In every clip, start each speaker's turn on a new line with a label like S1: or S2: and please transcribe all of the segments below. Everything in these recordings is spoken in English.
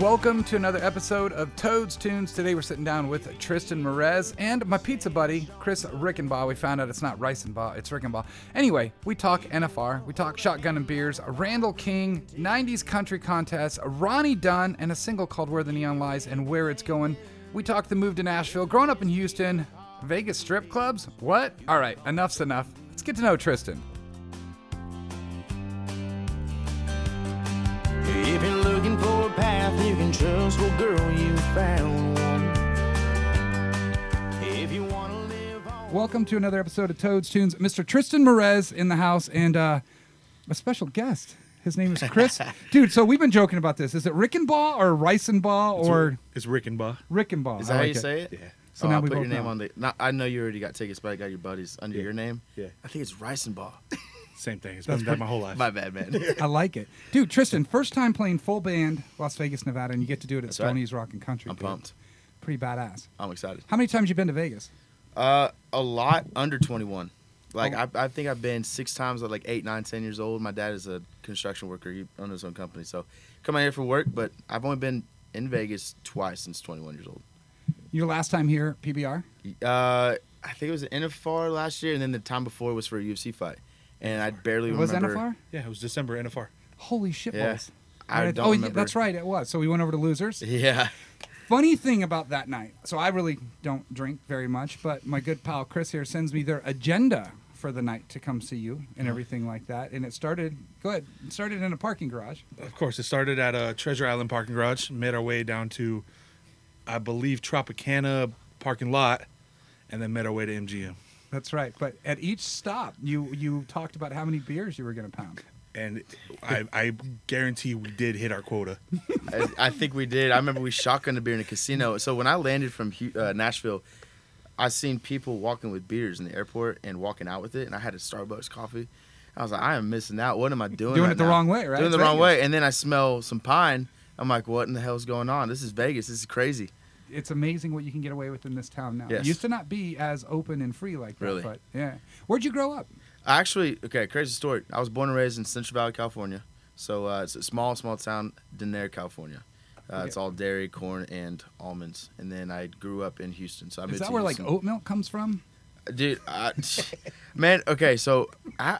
S1: welcome to another episode of Toad's Tunes. Today we're sitting down with Tristan Merez and my pizza buddy, Chris Rickenbaugh. We found out it's not Rickenbaugh, it's Rickenbaugh. Anyway, we talk NFR, we talk Shotgun and Beers, Randall King, 90s Country Contest, Ronnie Dunn, and a single called Where the Neon Lies and Where It's Going. We talk the move to Nashville, growing up in Houston, Vegas strip clubs? What? All right, enough's enough. Let's get to know Tristan.
S2: If you're looking for a path you can trust, well, girl, you found one. If you want to live on,
S1: Welcome to another episode of Toad's Tunes. Mr. Tristan Merez in the house and uh, a special guest. His name is Chris. Dude, so we've been joking about this. Is it Rickenbaugh or Risenbaugh or
S3: It's Rickenbaugh.
S1: Rickenbaugh?
S4: Is that
S1: I
S4: how you
S1: like
S4: say it?
S3: Yeah.
S1: So
S4: oh,
S1: now
S4: I
S1: we
S4: put your
S1: both
S4: name
S1: know.
S4: on the. No, I know you already got tickets, but I got your buddies under
S3: Yeah.
S4: your name.
S3: Yeah.
S4: I think it's Risenbaugh.
S3: Same thing. It's been that my whole life.
S4: My bad, man.
S1: I like it. Dude, Tristan, first time playing full band Las Vegas, Nevada, and you get to do it at
S4: right.
S1: Stoney's Rock and Country.
S4: I'm
S1: dude.
S4: pumped.
S1: Pretty badass.
S4: I'm excited.
S1: How many times you been to Vegas?
S4: Uh, a lot under 21. Like
S1: Oh.
S4: I, I think I've been six times at like eight, nine, ten years old. My dad is a construction worker. He owns his own company, so come out here for work. But I've only been in Vegas twice since 21 years old.
S1: Your last time here, PBR?
S4: Uh, I think it was NFR last year, and then the time before was for a UFC fight, and I barely
S1: was
S4: remember.
S1: NFR?
S3: Yeah, it was December NFR.
S1: Holy shit
S4: Yeah.
S1: balls.
S4: I
S1: Alright,
S4: don't
S1: oh, yeah,
S4: remember.
S1: that's right. It was. So we went over to losers.
S4: Yeah.
S1: Funny thing about that night. So I really don't drink very much, but my good pal Chris here sends me their agenda for the night to come see you
S4: Oh.
S1: and everything like that. And it started. Go ahead. It started in a parking garage.
S3: Of course, it started at a Treasure Island parking garage, made our way down to, I believe, Tropicana parking lot, and then made our way to MGM.
S1: That's right. But at each stop, you you talked about how many beers you were going to pound.
S3: And I, I guarantee we did hit our quota.
S4: I, I think we did. I remember we shotgunned a beer in a casino. So when I landed from Hu- uh, Nashville, I seen people walking with beers in the airport and walking out with it, and I had a Starbucks coffee. I was like, I am missing out. What am I doing?
S1: Doing
S4: right
S1: it the
S4: now?
S1: wrong way, right?
S4: Doing
S1: It's
S4: the wrong
S1: Vegas.
S4: way. And then I smell some pine. I'm like, what in the hell's going on? This is Vegas. This is crazy.
S1: It's amazing what you can get away with in this town now. It
S4: Yes.
S1: used to not be as open and free like that.
S4: Really?
S1: But yeah. Where'd you grow up?
S4: I Actually, okay, crazy story. I was born and raised in Central Valley, California. So uh, it's a small, small town, Denair, California. Uh, It's all dairy, corn, and almonds. And then I grew up in Houston. So I
S1: Is
S4: moved
S1: that
S4: to
S1: where like
S4: Houston.
S1: oat milk comes from?
S4: dude. I, man, okay, so I,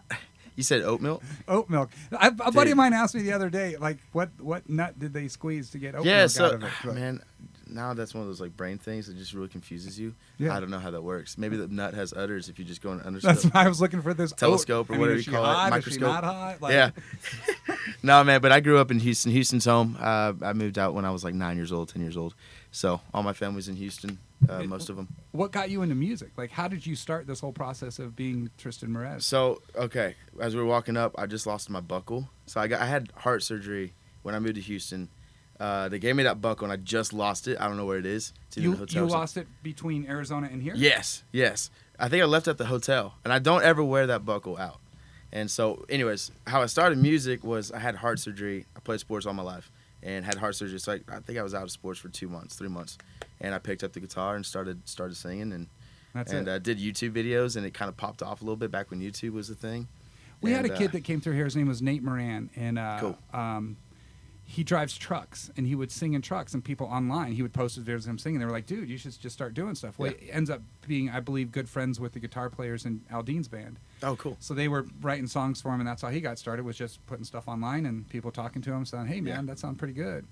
S4: you said oat milk.
S1: Oat milk. I, a buddy of
S4: Dude.
S1: mine asked me the other day, like, what what nut did they squeeze to get oat
S4: yeah,
S1: milk
S4: so
S1: out of it? But-
S4: man, now that's one of those like brain things that just really confuses you.
S1: Yeah.
S4: I don't know how that works. Maybe the nut has udders if you just go and under.
S1: That's why I was looking for this oat.
S4: Telescope or
S1: I mean,
S4: whatever
S1: is
S4: you
S1: she
S4: call it,
S1: hot? Is she
S4: microscope.
S1: not hot? Like,
S4: yeah. no, man, but I grew up in Houston. Houston's home. Uh, I moved out when I was like nine years old, ten years old. So all my family's in Houston. Uh, most of them.
S1: What got you into music? Like, how did you start this whole process of being Tristan Merez?
S4: So okay, as we were walking up, I just lost my buckle. So I got I had heart surgery when I moved to Houston. Uh, they gave me that buckle and I just lost it. I don't know where it is. It's either in the
S1: You,
S4: hotel
S1: you
S4: or something.
S1: lost it between Arizona and here?
S4: Yes, yes. I think I left at the hotel, and I don't ever wear that buckle out. And so, anyways, how I started music was I had heart surgery. I played sports all my life and had heart surgery. So I, I think I was out of sports for two months, three months, and I picked up the guitar and started started singing and
S1: That's
S4: and
S1: it.
S4: uh, did YouTube videos, and it kind of popped off a little bit back when YouTube was the thing.
S1: we had a
S4: and, uh,
S1: kid that came through here. His name was Nate Moran. And uh,
S4: Cool.
S1: um, he drives trucks and he would sing in trucks, and people online, he would post his videos of him singing. They were like, dude, you should just start doing stuff. Well, he ends up being, I believe, good friends with the guitar players in Aldine's band.
S4: Oh, cool.
S1: So they were writing songs for him, and that's how he got started was just putting stuff online and people talking to him, saying, "Hey, man,
S4: Yeah.
S1: that sounds pretty good."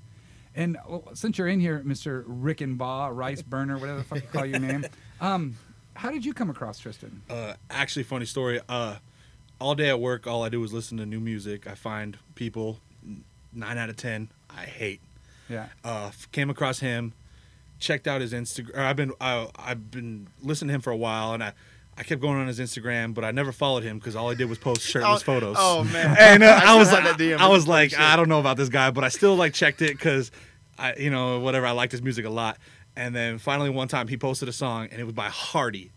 S1: And well, since you're in here, Mr. Rick and Baugh, Rice Burner, whatever the fuck you call your name, um, how did you come across Tristan?
S3: Uh, actually, funny story. Uh, all day at work, all I do is listen to new music. I find people, n- nine out of ten, I hate.
S1: Yeah,
S3: uh, f- came across him, checked out his Instagram. I've been I, I've been listening to him for a while, and I I kept going on his Instagram, but I never followed him because all he did was post shirtless photos.
S4: oh, man.
S3: And uh,
S4: I
S3: I, was
S4: still have
S3: like,
S4: that DM.
S3: I was like, I don't know about this guy, but I still like checked it because I you know whatever I liked his music a lot. And then finally one time he posted a song and it was by Hardy,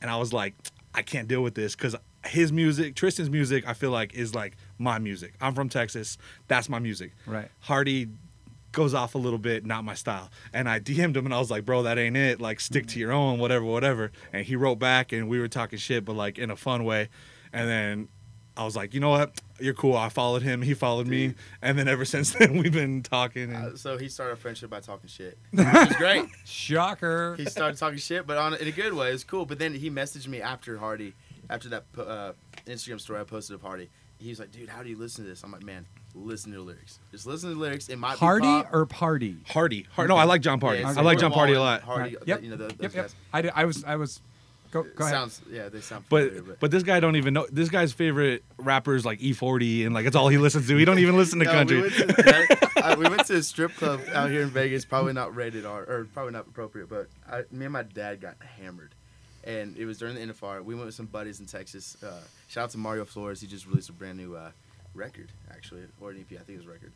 S3: and I was like, I can't deal with this because his music, Tristan's music, I feel like is like my music. I'm from Texas, that's my music.
S1: Right.
S3: Hardy goes off a little bit, not my style. And I DM'd him and I was like, bro, that ain't it. Like, stick
S4: Mm-hmm.
S3: to your own, whatever, whatever. And he wrote back and we were talking shit, but like in a fun way. And then I was like, you know what, you're cool. I followed him. He followed me, and then ever since then we've been talking. And
S4: Uh, so he started a friendship by talking shit. It was great.
S1: Shocker.
S4: he started talking shit, but on in a good way. It was cool. But then he messaged me after Hardy, after that po- uh, Instagram story I posted of Hardy. He was like, "Dude, how do you listen to this?" I'm like, "Man, listen to the lyrics. Just listen to the lyrics. It might be
S1: Hardy
S4: pop.
S1: or party?
S3: Hardy, Hardy. No, I like John Party.
S4: Yeah, it's
S3: I like
S4: Morgan
S3: John Party a
S4: Wallen,
S3: lot.
S4: Hardy,
S1: Yep.
S4: you know those, those
S1: Yep, yep.
S4: guys.
S1: I, did- I was, I was, go, go ahead.
S4: Sounds, yeah, they sound familiar,
S3: But but this guy don't even know. This guy's favorite rappers like E40 and like it's all he listens to. He don't even listen to
S4: No,
S3: country.
S4: We went to, I- we went to a strip club out here in Vegas, probably not rated R or probably not appropriate, but I, me and my dad got hammered. And it was during the NFR. We went with some buddies in Texas. Uh, shout out to Mario Flores. He just released a brand new uh, record, actually, or an EP. I think it was a record.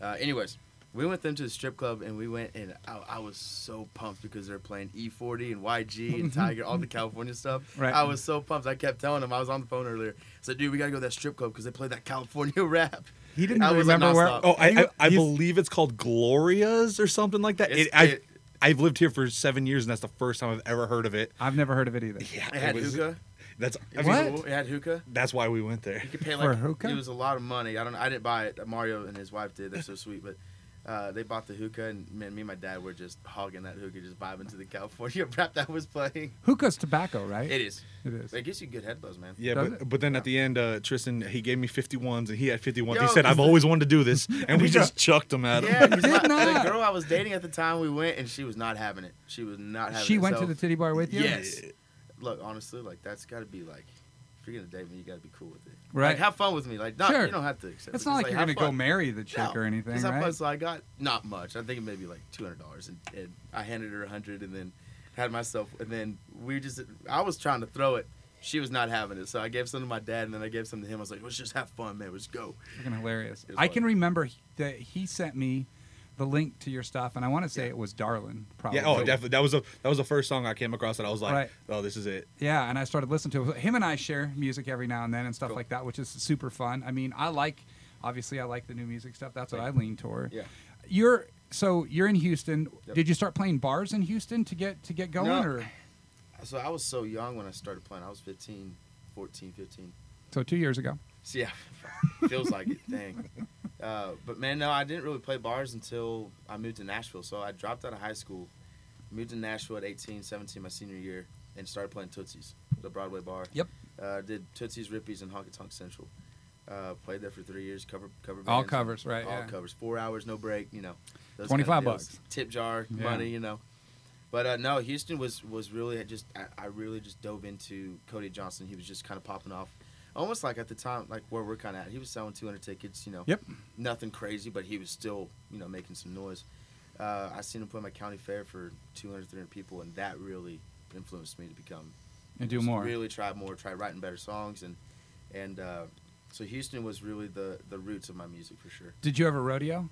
S4: Uh, anyways, we went with them to the strip club, and we went, and I, I was so pumped because they're playing E40 and YG and Tiger, all the California stuff.
S1: Right.
S4: I was so pumped. I kept telling them I was on the phone earlier. I said, "Dude, we gotta go to that strip club because they play that California rap."
S1: He didn't
S4: I was like,
S1: remember where.
S4: "Nonstop."
S3: Oh, I I, I
S1: He's-
S3: believe it's called Glorias or something like that.
S4: It's-
S3: It, I
S4: it-
S3: I've lived here for seven years and that's the first time I've ever heard of it.
S1: I've never heard of it either.
S3: Yeah,
S4: It had
S3: was-
S4: hookah.
S3: That's
S4: It was
S1: What?
S4: cool. It had hookah.
S3: that's why we went there.
S4: You could pay
S1: For
S4: like
S1: hookah?
S4: it was a lot of money. I don't. I didn't buy it. Mario and his wife did. They're so sweet, but. Uh, they bought the hookah, and man, me and my dad were just hogging that hookah, just vibing to the California rap that was playing.
S1: Hookah's tobacco, right?
S4: It is.
S1: It is.
S4: It gives you good head buzz, man.
S3: Yeah,
S1: Does
S3: but
S1: it?
S3: but then at the end, uh, Tristan he gave me 51s and he had 51s.
S4: Yo,
S3: he said, "I've
S4: cause
S3: always wanted to do this," and we
S1: Yeah.
S3: just chucked him at him.
S4: Yeah, 'cause
S1: Did
S4: my-
S1: not.
S4: the girl I was dating at the time we went, and she was not having it. She was not having it.
S1: She went
S4: So,
S1: to the titty bar with you.
S4: Yes. Look, honestly, like that's got to be like, if you're gonna date me, you got to be cool with it.
S1: Right.
S4: Like, have fun with me. Like, not
S1: Sure.
S4: you don't have to accept.
S1: It's
S4: it.
S1: not
S4: Just,
S1: like, you're
S4: have
S1: gonna go
S4: fun.
S1: marry the chick
S4: No,
S1: or anything,
S4: 'cause I
S1: right?
S4: was- so I got not much. I think maybe like two hundred dollars, and, and I handed her a hundred, and then had myself, and then we just. I was trying to throw it. She was not having it, so I gave some to my dad, and then I gave some to him. I was like, "Let's just have fun, man. Let's go."
S1: Fucking hilarious.
S4: It was
S1: I can
S4: funny.
S1: remember he- that he sent me the link to your stuff, and I want to say
S4: Yeah.
S1: it was Darlin. Probably.
S3: Yeah, oh, definitely. That was a, that was the first song I came across that I was like,
S1: Right.
S3: "Oh, this is it."
S1: Yeah, and I started listening to it. Him and I share music every now and then and stuff
S4: Cool.
S1: like that, which is super fun. I mean, I like, obviously, I like the new music stuff. That's what I lean toward.
S4: Yeah.
S1: You're so you're in Houston.
S4: Yep.
S1: Did you start playing bars in Houston to get to get going,
S4: No.
S1: or
S4: So I was so young when I started playing. I was 15, 14, 15.
S1: so two years ago?
S4: So yeah, feels like it. Dang. Uh, but man, no, I didn't really play bars until I moved to Nashville. So I dropped out of high school, moved to Nashville at 18, 17, my senior year, and started playing Tootsie's, the Broadway bar.
S1: Yep.
S4: Uh, did Tootsie's, Rippies, and Honky Tonk Central. Uh, played there for three years, cover cover
S1: All
S4: bands,
S1: covers, right,
S4: All
S1: yeah.
S4: covers, four hours, no break. You know, those
S1: 25
S4: kinda deals.
S1: bucks.
S4: tip jar
S1: Yeah.
S4: money. You know, but uh, no, Houston was was really I just I, I really just dove into Cody Johnson. He was just kind of popping off, almost like at the time like where we're kind of at. He was selling 200 tickets. You know,
S1: Yep.
S4: nothing crazy, but he was still you know making some noise. Uh, I seen him play my county fair for 200, 300 people, and that really influenced me to become
S1: And do
S4: just
S1: more.
S4: Really try more. Try writing better songs and and uh, so Houston was really the the roots of my music for sure.
S1: Did you ever rodeo?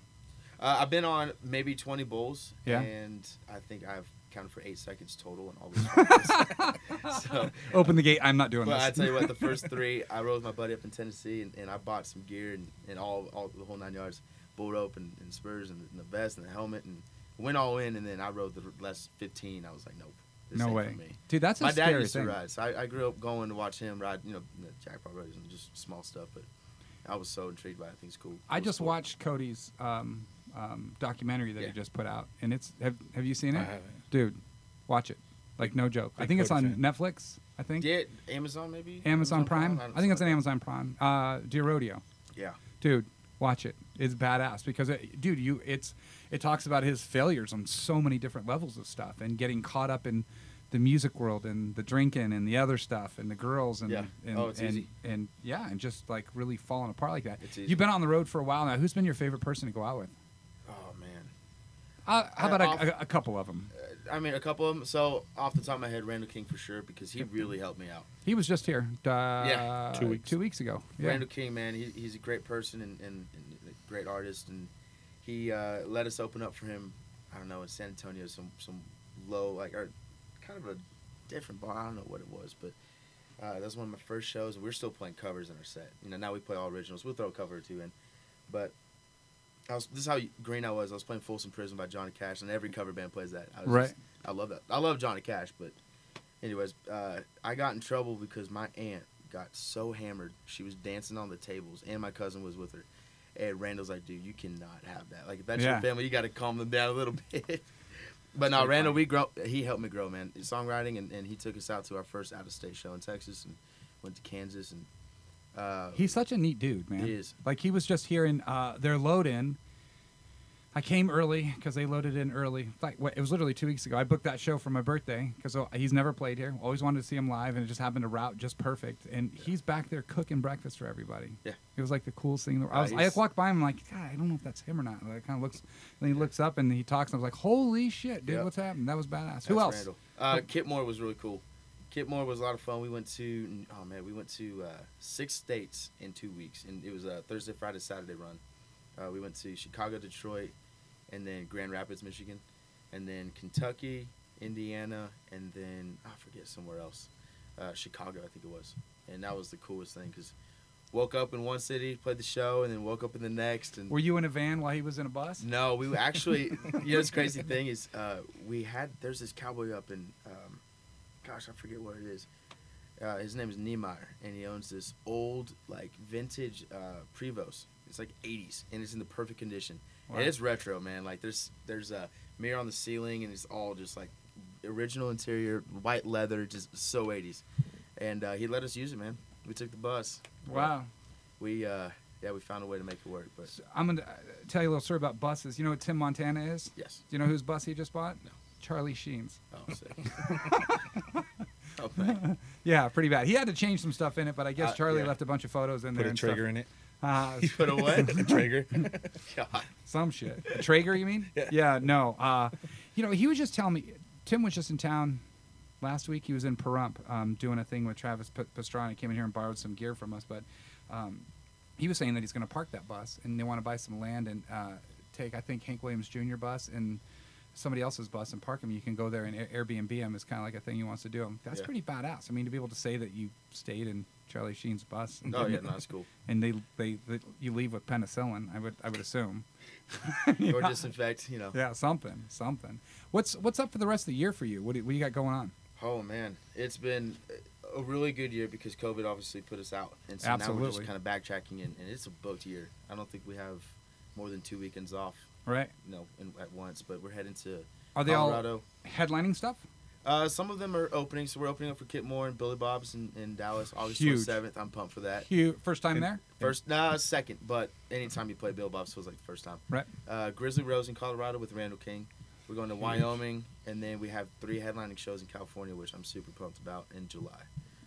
S4: Uh, I've been on maybe 20 bowls.
S1: Yeah.
S4: And I think I've counted for eight seconds total in all those. so,
S1: Open the gate. I'm not doing
S4: but I
S1: this.
S4: tell you what, the first three, I rode with my buddy up in Tennessee, and, and I bought some gear and, and all, all the whole nine yards, bull rope and, and spurs and, the vest and the helmet, and went all in. And then I rode the last 15. I was like, nope, this
S1: no
S4: ain't
S1: way,
S4: for me.
S1: dude. That's a
S4: My
S1: scary
S4: dad used
S1: thing.
S4: to ride, so I, I grew up going to watch him ride. You know, the jackpot rodeos and just small stuff, but I was so intrigued by it. I think it's cool.
S1: I
S4: cool
S1: just
S4: sport.
S1: watched Cody's um, um, documentary that he
S4: Yeah.
S1: just put out, and it's have Have you seen it,
S3: I haven't.
S1: dude? Watch it. Like no joke. I
S3: Big
S1: think it's on
S3: Cody fan.
S1: Netflix. I think
S4: Did Amazon maybe?
S1: Amazon, Prime. I think it's on
S4: something
S1: Amazon Prime. Uh, Dear Rodeo,
S4: like that. Yeah.
S1: dude. Watch it. It's badass because, it, dude, you it's it talks about his failures on so many different levels of stuff and getting caught up in the music world and the drinking and the other stuff and the girls and
S4: Yeah.
S1: and,
S4: Oh, it's
S1: and,
S4: easy.
S1: and yeah and just like really falling apart like that.
S4: It's easy.
S1: You've been on the road for a while now. Who's been your favorite person to go out with?
S4: Oh man.
S1: Uh, how
S4: Uh,
S1: about
S4: off-
S1: a, a, a couple of them?
S4: I mean, a couple of them. So off the top of my head, Randall King for sure because he really helped me out.
S1: He was just here. Uh,
S4: Yeah.
S3: Two weeks.
S1: Two weeks ago. Yeah.
S4: Randall King, man, he, he's a great person and, and, and a great artist, and he uh, let us open up for him. I don't know in San Antonio, some some low like or kind of a different bar. I don't know what it was, but uh, that was one of my first shows. We're still playing covers in our set. You know, now we play all originals. We'll throw a cover or two in, but. I was, this is how green I was. I was playing Folsom Prison by Johnny Cash, and every cover band plays that. I was
S1: Right.
S4: just- I love that. I love Johnny Cash, but anyways, uh, I got in trouble because my aunt got so hammered. She was dancing on the tables, and my cousin was with her. And Randall's like, dude, you cannot have that. Like, if that's
S1: Yeah.
S4: your family, you got to calm them down a little bit. but now, Randall, we grow. He helped me grow, man. Songwriting, and, and he took us out to our first out of state show in Texas, and went to Kansas, and uh,
S1: He's such a neat dude, man.
S4: He is.
S1: Like he was just here in uh, their load in. I came early because they loaded in early. Like what, it was literally two weeks ago. I booked that show for my birthday because he's never played here. Always wanted to see him live, and it just happened to route just perfect. And he's back there cooking breakfast for everybody.
S4: Yeah.
S1: it was like the coolest thing. in the world. I
S4: Uh,
S1: was I
S4: he's-
S1: walked by him like, God, I don't know if that's him or not. Like, kind of looks. And he looks up and he talks, and I was like, Holy shit, dude,
S4: Yep.
S1: what's happening? That was badass.
S4: that's
S1: Who else?
S4: Randall. Uh, Kit Moore was really cool. Kit Moore was a lot of fun. We went to oh man, we went to uh, six states in two weeks, and it was a Thursday, Friday, Saturday run. Uh, we went to Chicago, Detroit, and then Grand Rapids, Michigan, and then Kentucky, Indiana, and then I forget somewhere else, uh, Chicago, I think it was. And that was the coolest thing because woke up in one city, played the show, and then woke up in the next. And
S1: Were you in a van while he was in a bus?
S4: no, we were actually. you know, this crazy thing is, uh, we had there's this cowboy up in, um, gosh, I forget what it is. Uh, his name is Niemeyer, and he owns this old like vintage uh, Prevost. It's like 80s, and it's in the perfect condition.
S1: Wow.
S4: And it's retro, man. Like there's there's a mirror on the ceiling, and it's all just like original interior, white leather, just so 80s. And uh, he let us use it, man. We took the bus.
S1: Wow.
S4: We uh, yeah, we found a way to make it work, but
S1: So I'm gonna uh, tell you a little story about buses. You know what Tim Montana is?
S4: yes.
S1: Do you know whose bus he just bought?
S4: No.
S1: Charlie Sheen's.
S4: Oh, sick. oh, man.
S1: Yeah, pretty bad. He had to change some stuff in it, but I guess
S4: Uh,
S1: Charlie
S4: yeah.
S1: left a bunch of photos in
S3: Put
S1: there.
S3: a
S1: and
S3: Traeger in it.
S1: stuff. Uh,
S4: Put a what?
S3: Traeger.
S4: God.
S1: some shit. A Traeger, you mean?
S3: Yeah.
S1: no. Uh, you know, he was just telling me. Tim was just in town last week. He was in Pahrump um, doing a thing with Travis P- Pastrana. Came in here and borrowed some gear from us, but um, he was saying that he's going to park that bus and they want to buy some land and uh, take, I think, Hank Williams Jr. bus and somebody else's bus and park him. You can go there and Air- Airbnb him. Is kind of like a thing he wants to do. That's
S4: Yeah.
S1: pretty badass. I mean, to be able to say that you stayed in Charlie Sheen's bus. and-
S4: Oh, yeah, no, it's cool.
S1: And they, they, they, you leave with penicillin. I would, I would assume.
S4: Or disinfect, you know.
S1: Yeah, something, something. What's what's up for the rest of the year for you? What do, what you got going on?
S4: Oh, man. It's been a really good year because COVID obviously put us out. And so now we're
S1: Absolutely.
S4: just kind of backtracking, and, and it's a booked year. I don't think we have more than two weekends off,
S1: Right?
S4: you know, in, at once, but we're heading to
S1: Are they
S4: Colorado.
S1: all headlining stuff?
S4: Uh, some of them are opening, so we're opening up for Kit Moore and Billy Bob's in, in Dallas, August
S1: Huge.
S4: 27th. I'm pumped for that.
S1: You first time there,
S4: First, nah, second, but anytime you play Bill Bob's feels like the first time.
S1: right?
S4: uh, Grizzly Rose in Colorado with Randall King. We're going to Wyoming, and then we have three headlining shows in California, which I'm super pumped about in July.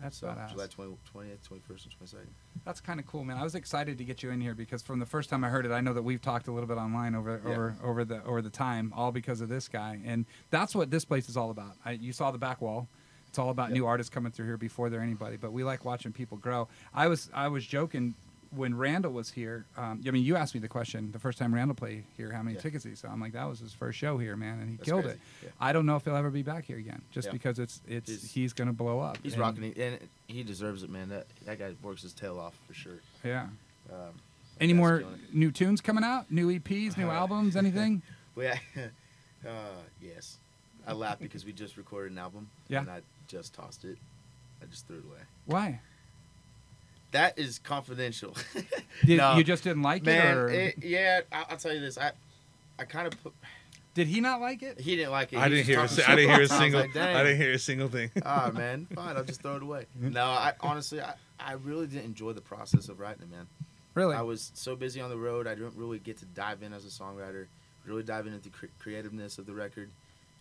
S1: That's
S4: so
S1: badass.
S4: July 20, 20th, 21st, and 22nd.
S1: That's kind of cool, man. I was excited to get you in here because from the first time I heard it, I know that we've talked a little bit online over
S4: Yeah.
S1: over over the over the time, all because of this guy, and that's what this place is all about. I, you saw the back wall. It's all about
S4: Yep.
S1: new artists coming through here before they're anybody. But we like watching people grow. I was I was joking when Randall was here. Um, I mean, you asked me the question the first time Randall played here, how many
S4: Yeah.
S1: tickets he saw. I'm like, that was his first show here, man, and he
S4: That's
S1: killed
S4: crazy.
S1: it.
S4: Yeah.
S1: I don't know if he'll ever be back here again, just
S4: Yeah.
S1: because it's it's he's,
S4: He's-
S1: gonna blow up.
S4: He's
S1: And-
S4: rocking it, and he deserves it, man. That that guy works his tail off for sure.
S1: Yeah.
S4: Um,
S1: Any
S4: That's
S1: more
S4: killing it.
S1: new tunes coming out? New EPs, new
S4: Uh,
S1: albums, anything?
S4: we, uh, yes, I laugh because we just recorded an album,
S1: Yeah.
S4: and I just tossed it. I just threw it away.
S1: Why?
S4: That is confidential.
S1: Did,
S4: No.
S1: You just didn't like it,
S4: man,
S1: or
S4: it- yeah, I, I'll tell you this. I I kind of put.
S1: did he not like it?
S4: He didn't like it.
S3: I
S4: He
S3: didn't
S4: was
S3: hear.
S4: talking
S3: A, si- I didn't hear a
S4: shit. was
S3: single.
S4: like,
S3: I
S4: "Dang."
S3: didn't hear a single thing.
S4: ah man, fine. I'll just throw it away. No, I honestly, I, I really didn't enjoy the process of writing it, man.
S1: Really?
S4: I was so busy on the road, I didn't really get to dive in as a songwriter, really dive into the cre- creativeness of the record.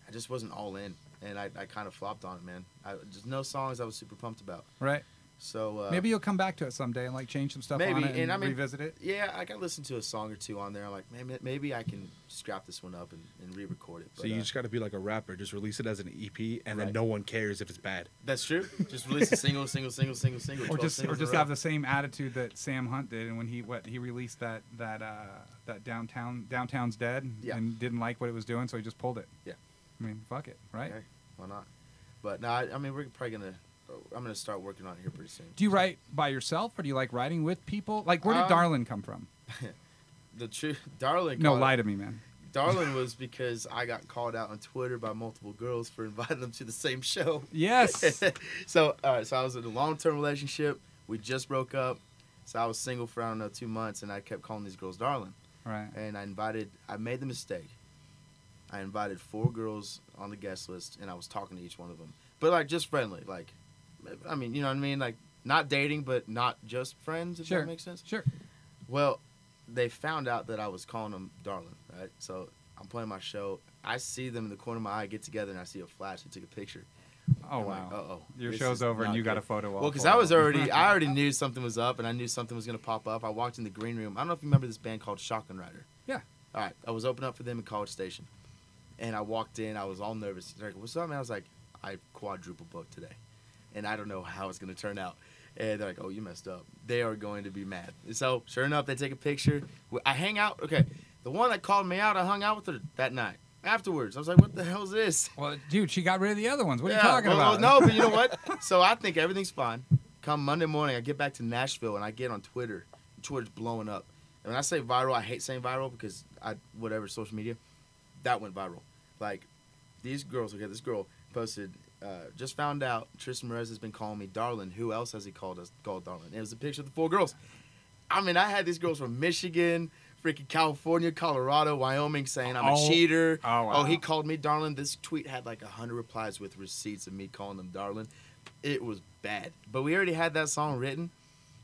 S4: I just wasn't all in, and I, I kind of flopped on it, man. I just no songs I was super pumped about.
S1: right.
S4: So uh,
S1: maybe you'll come back to it someday and like change some stuff on
S4: Maybe,
S1: it and,
S4: and I mean-
S1: revisit it.
S4: yeah, I got listened to a song or two on there. I'm like, man, ma- maybe I can scrap this one up and, and re-record it.
S3: So
S4: But,
S3: you
S4: uh,
S3: just got to be like a rapper. Just release it as an EP, and then
S4: Right.
S3: no one cares if it's bad.
S4: that's true. Just release a single, single, single, single, single,
S1: Or
S4: 12
S1: just or
S4: singles in a
S1: just
S4: row.
S1: have the same attitude that Sam Hunt did, and when he what he released that that uh, that downtown downtown's dead
S4: Yeah.
S1: and didn't like what it was doing, so he just pulled it.
S4: Yeah.
S1: I mean, fuck it, right?
S4: Hey, why not? But no, I, I mean we're probably gonna. I'm gonna start working on it here pretty soon.
S1: Do you write by yourself, or do you like writing with people? Like, where did
S4: Um,
S1: Darlin come from?
S4: The truth, darling.
S1: No,
S4: called-
S1: lie to me, man.
S4: Darling was because I got called out on Twitter by multiple girls for inviting them to the same show.
S1: Yes.
S4: so, uh, so I was in a long-term relationship. We just broke up, so I was single for I don't know two months, and I kept calling these girls darling.
S1: Right.
S4: And I invited. I made the mistake. I invited four girls on the guest list, and I was talking to each one of them, but like just friendly, like, I mean, you know what I mean, like not dating, but not just friends. If
S1: Sure.
S4: that makes sense.
S1: Sure.
S4: Well, they found out that I was calling them darling, right? So I'm playing my show. I see them in the corner of my eye get together, and I see a flash. They took a picture.
S1: Oh
S4: I'm
S1: wow.
S4: like, uh-oh,
S1: Your
S4: this
S1: show's
S4: is
S1: over and
S4: not
S1: you got
S4: good.
S1: a photo op.
S4: Well, because
S1: for
S4: I
S1: it.
S4: was already, I already knew something was up, and I knew something was gonna pop up. I walked in the green room. I don't know if you remember this band called Shotgun Rider.
S1: Yeah.
S4: All right, I was opening up for them in College Station, and I walked in. I was all nervous. They're like, "What's up, man?" I was like, "I quadruple booked today, and I don't know how it's gonna turn out." And they're like, "Oh, you messed up." They are going to be mad. So sure enough, they take a picture. We- I hang out. Okay, the one that called me out, I hung out with her that night. Afterwards, I was like, "What the hell's this?"
S1: Well, dude, she got rid of the other ones. What
S4: Yeah,
S1: are you talking
S4: well,
S1: about?
S4: well, no, but you know what? so I think everything's fine. Come Monday morning, I get back to Nashville and I get on Twitter. Twitter's blowing up. And when I say viral, I hate saying viral because I whatever social media, that went viral. Like these girls, okay, this girl posted. Uh, just found out Tristan Perez has been calling me darling. Who else has he called us called darling? It was a picture of the four girls. I mean, I had these girls from Michigan, freaking California, Colorado, Wyoming saying I'm
S1: Oh.
S4: a cheater.
S1: Oh, wow.
S4: oh, he called me darling. This tweet had like 100 replies with receipts of me calling them darling. It was bad. But we already had that song written.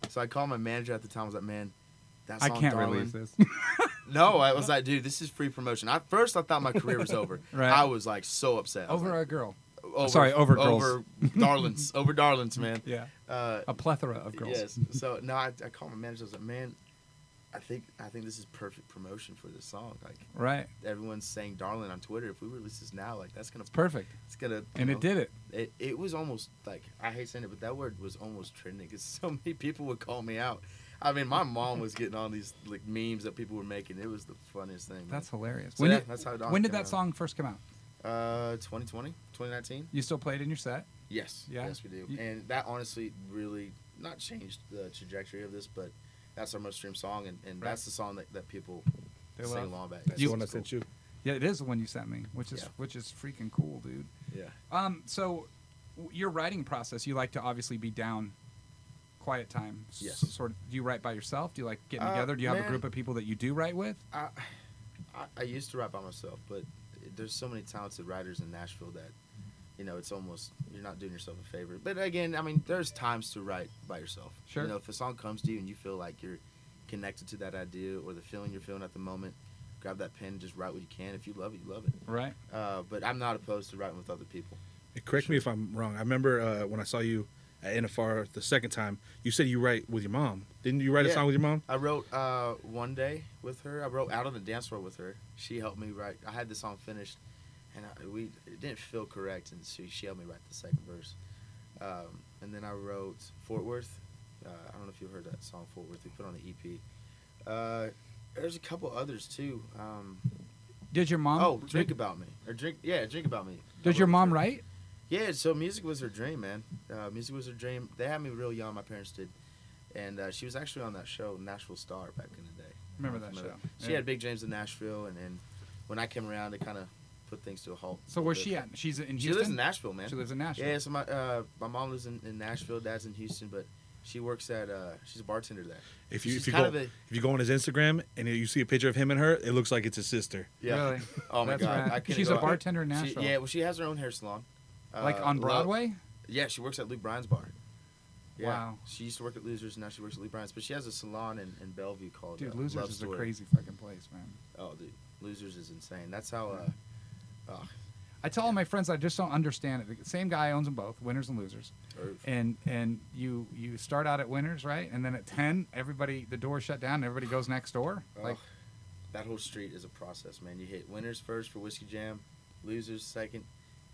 S4: So I called my manager at the time. I was like, man, that
S1: I
S4: song
S1: can't release
S4: darling.
S1: this.
S4: No, I was like, dude, this is free promotion. At first, I thought my career was over.
S1: Right.
S4: I was like so upset. I was
S1: Over
S4: like,
S1: a girl.
S4: over
S1: sorry, over girls.
S4: Over darlings. over darlings, man.
S1: Yeah.
S4: Uh,
S1: A plethora of girls.
S4: Yes. So no, I, I called my manager. I was like, man, I think I think this is perfect promotion for this song. Like
S1: Right.
S4: everyone's saying, darling, on Twitter. If we release this now, like that's gonna,
S1: Perfect.
S4: it's gonna, you
S1: And
S4: know,
S1: it did it.
S4: It, it was almost like I hate saying it, but that word was almost trending because so many people would call me out. I mean, my mom was getting all these like memes that people were making. It was the funniest thing. man.
S1: That's hilarious.
S4: So
S1: when
S4: yeah,
S1: did,
S4: that's how it all
S1: when did
S4: came
S1: that
S4: out.
S1: song first come out?
S4: Uh, 2020, 2019.
S1: You still played in your set?
S4: Yes.
S1: Yeah?
S4: Yes, we do.
S1: You-
S4: And that honestly really not changed the trajectory of this, but that's our most streamed song, and, and
S1: Right.
S4: that's the song that, that people
S1: They
S4: sing
S1: love.
S4: along back.
S1: You-
S3: the one I sent you.
S1: Yeah, it is the one you sent me, which is
S4: Yeah.
S1: which is freaking cool, dude.
S4: Yeah.
S1: Um, so w- your writing process, you like to obviously be down, quiet time. s-
S4: Yes.
S1: sort of. Do you write by yourself? Do you like getting
S4: Uh,
S1: together? Do you have a
S4: man.
S1: group of people that you do write with?
S4: I, I I used to rap by myself, but there's so many talented writers in Nashville that, you know, it's almost you're not doing yourself a favor. But again, I mean, there's times to write by yourself.
S1: Sure.
S4: You know, if a song comes to you and you feel like you're connected to that idea or the feeling you're feeling at the moment, grab that pen, and just write what you can. If you love it, you love it.
S1: Right.
S4: Uh, but I'm not opposed to writing with other people.
S3: Hey, Correct me if I'm wrong. I remember uh, when I saw you at NFR the second time. You said you write with your mom. Didn't you write a
S4: Yeah.
S3: song with your mom?
S4: I wrote uh, one day with her. I wrote out on the dance floor with her. She helped me write. I had the song finished, and I, we it didn't feel correct, and she, she helped me write the second verse. Um, and then I wrote Fort Worth. Uh, I don't know if you've heard that song Fort Worth. We put on the EP. Uh, there's a couple others too. Um,
S1: Did your mom?
S4: oh, drink
S1: Did,
S4: about me or drink? Yeah, drink about me. I
S1: does your
S4: wrote with
S1: mom
S4: her.
S1: write?
S4: Yeah, so music was her dream, man. Uh, music was her dream. They had me real young. My parents did, and uh, she was actually on that show Nashville Star back in the day.
S1: Remember that
S4: Remember-
S1: show?
S4: She
S1: Yeah.
S4: had Big James in Nashville, and then when I came around, it kind of put things to a halt.
S1: So
S4: a
S1: where's
S4: bit.
S1: she at? She's in Houston.
S4: She lives in Nashville, man.
S1: She lives in Nashville.
S4: Yeah, so my uh, my mom lives in, in Nashville, dad's in Houston, but she works at uh, she's a bartender there.
S3: If you
S4: She's
S3: if you
S4: kind
S3: go
S4: of a-
S3: if you go on his Instagram and you see a picture of him and her, it looks like it's his sister.
S1: Really?
S4: Oh my
S1: That's
S4: god.
S1: rad.
S4: I couldn't
S1: She's
S4: go
S1: a
S4: out-
S1: bartender in
S4: She-
S1: Nashville.
S4: yeah, well, she has her own hair salon.
S1: like
S4: Uh,
S1: on
S4: Lo-
S1: Broadway.
S4: Yeah, she works at Luke Bryan's bar. Yeah.
S1: Wow.
S4: She used to work at Losers, now she works at Luke Bryan's, but she has a salon in, in Bellevue called
S1: Dude,
S4: uh,
S1: Losers
S4: Love
S1: is
S4: Story.
S1: a crazy fucking place, man.
S4: Oh, dude, Losers is insane. That's how. Uh, oh,
S1: I tell all my friends I just don't understand it. The same guy owns them both, winners and losers.
S4: or-
S1: And and you you start out at winners, right? And then at ten, everybody the doors shut down and everybody goes next door. Like
S4: Ugh. that whole street is a process, man. You hit winners first for whiskey jam, losers second.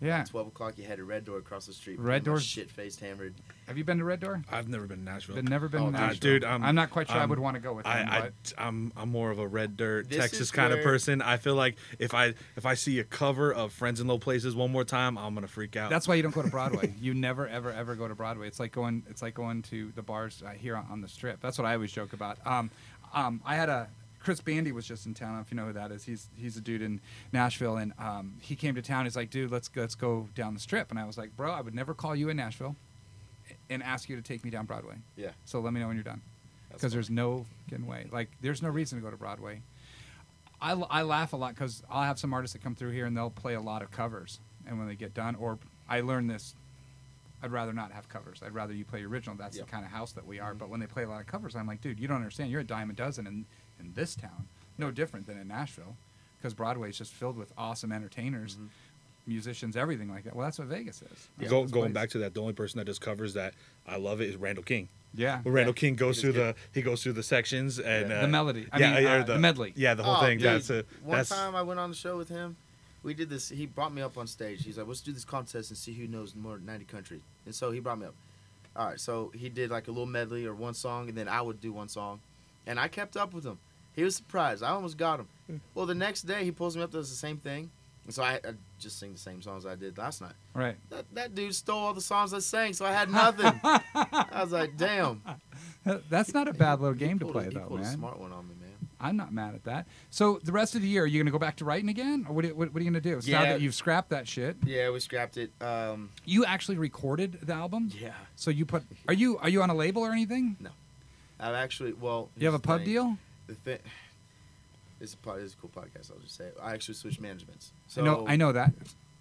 S1: yeah.
S4: At Twelve o'clock, you had a red door across the street.
S1: Red Door's-
S4: shit faced hammered.
S1: Have you been to Red Door?
S3: I've never been to Nashville.
S1: Been never been
S4: Oh,
S1: to
S4: dude, um,
S1: Nashville.
S3: dude, I'm-
S1: not quite sure i
S3: I'm-
S1: would want to go with him.
S3: I, I
S1: but
S3: I'm I'm more of a red dirt
S4: This
S3: Texas
S4: is
S3: kind of
S4: where-
S3: person. I feel like if I if I see a cover of Friends in Low Places one more time, I'm gonna freak out.
S1: that's why you don't go to Broadway. you never ever ever go to Broadway. It's like going it's like going to the bars uh, here on, on the strip. That's what I always joke about. Um, um, I had a Chris Bandy was just in town. I don't know if you know who that is. He's he's a dude in Nashville, and um, he came to town. He's like, dude, let's go- let's go down the strip. And I was like, bro, I would never call you in Nashville. and ask you to take me down Broadway.
S4: Yeah.
S1: So let me know when you're done,
S4: That's
S1: because there's no getting away. Like there's no reason to go to Broadway. I, l- I laugh a lot because I'll have some artists that come through here and they'll play a lot of covers, and when they get done, or I learned this. I'd rather not have covers. I'd rather you play original. That's
S4: Yep.
S1: the kind of house that we are. But when they play a lot of covers, I'm like, dude, you don't understand. You're a dime a dozen in, in this town. No different than in Nashville, because Broadway's just filled with awesome entertainers, musicians, everything like that. Well, that's what Vegas is. That's
S3: Go,
S1: what this
S3: going
S1: place-
S3: back to that, the only person that discovers that I love it is Randall King.
S1: yeah,
S3: Well, Randall King goes
S4: He
S3: through
S4: just
S3: the he goes through the sections and
S4: Yeah.
S3: uh,
S1: The melody. I mean,
S3: or
S1: uh, the medley.
S3: Yeah, the whole
S4: Oh,
S3: thing.
S4: dude,
S3: That's a
S4: One
S3: that's
S4: time I went on the show with him. We did this. He brought me up on stage. He's like, "Let's do this contest and see who knows more than 90 country." And so he brought me up. All right, so he did like a little medley or one song, and then I would do one song, and I kept up with him. He was surprised. I almost got
S3: Hmm.
S4: him. Well, the next day he pulls me up, does the same thing, and so I, I just sing the same songs I did last night.
S1: right.
S4: That, that dude stole all the songs I sang, so I had nothing. I was like, "Damn."
S1: That's not a bad little
S4: He
S1: game to
S4: pulled a-
S1: play
S4: he
S1: though,
S4: pulled A
S1: man.
S4: smart one on me, man.
S1: I'm not mad at that. So the rest of the year, are you going to go back to writing again, or what? Are, what, what are you going to do? So Now
S4: Yeah.
S1: that you've scrapped that shit,
S4: Yeah, we scrapped it. Um,
S1: you actually recorded the album.
S4: yeah.
S1: So you put? Are you are you on a label or anything?
S4: I've actually well.
S1: You have a
S4: here's the
S1: pub
S4: thing.
S1: deal?
S4: The thing. This is, pod, this is a cool podcast. I'll just say. It. I actually switched managements. So
S1: I know. I know that.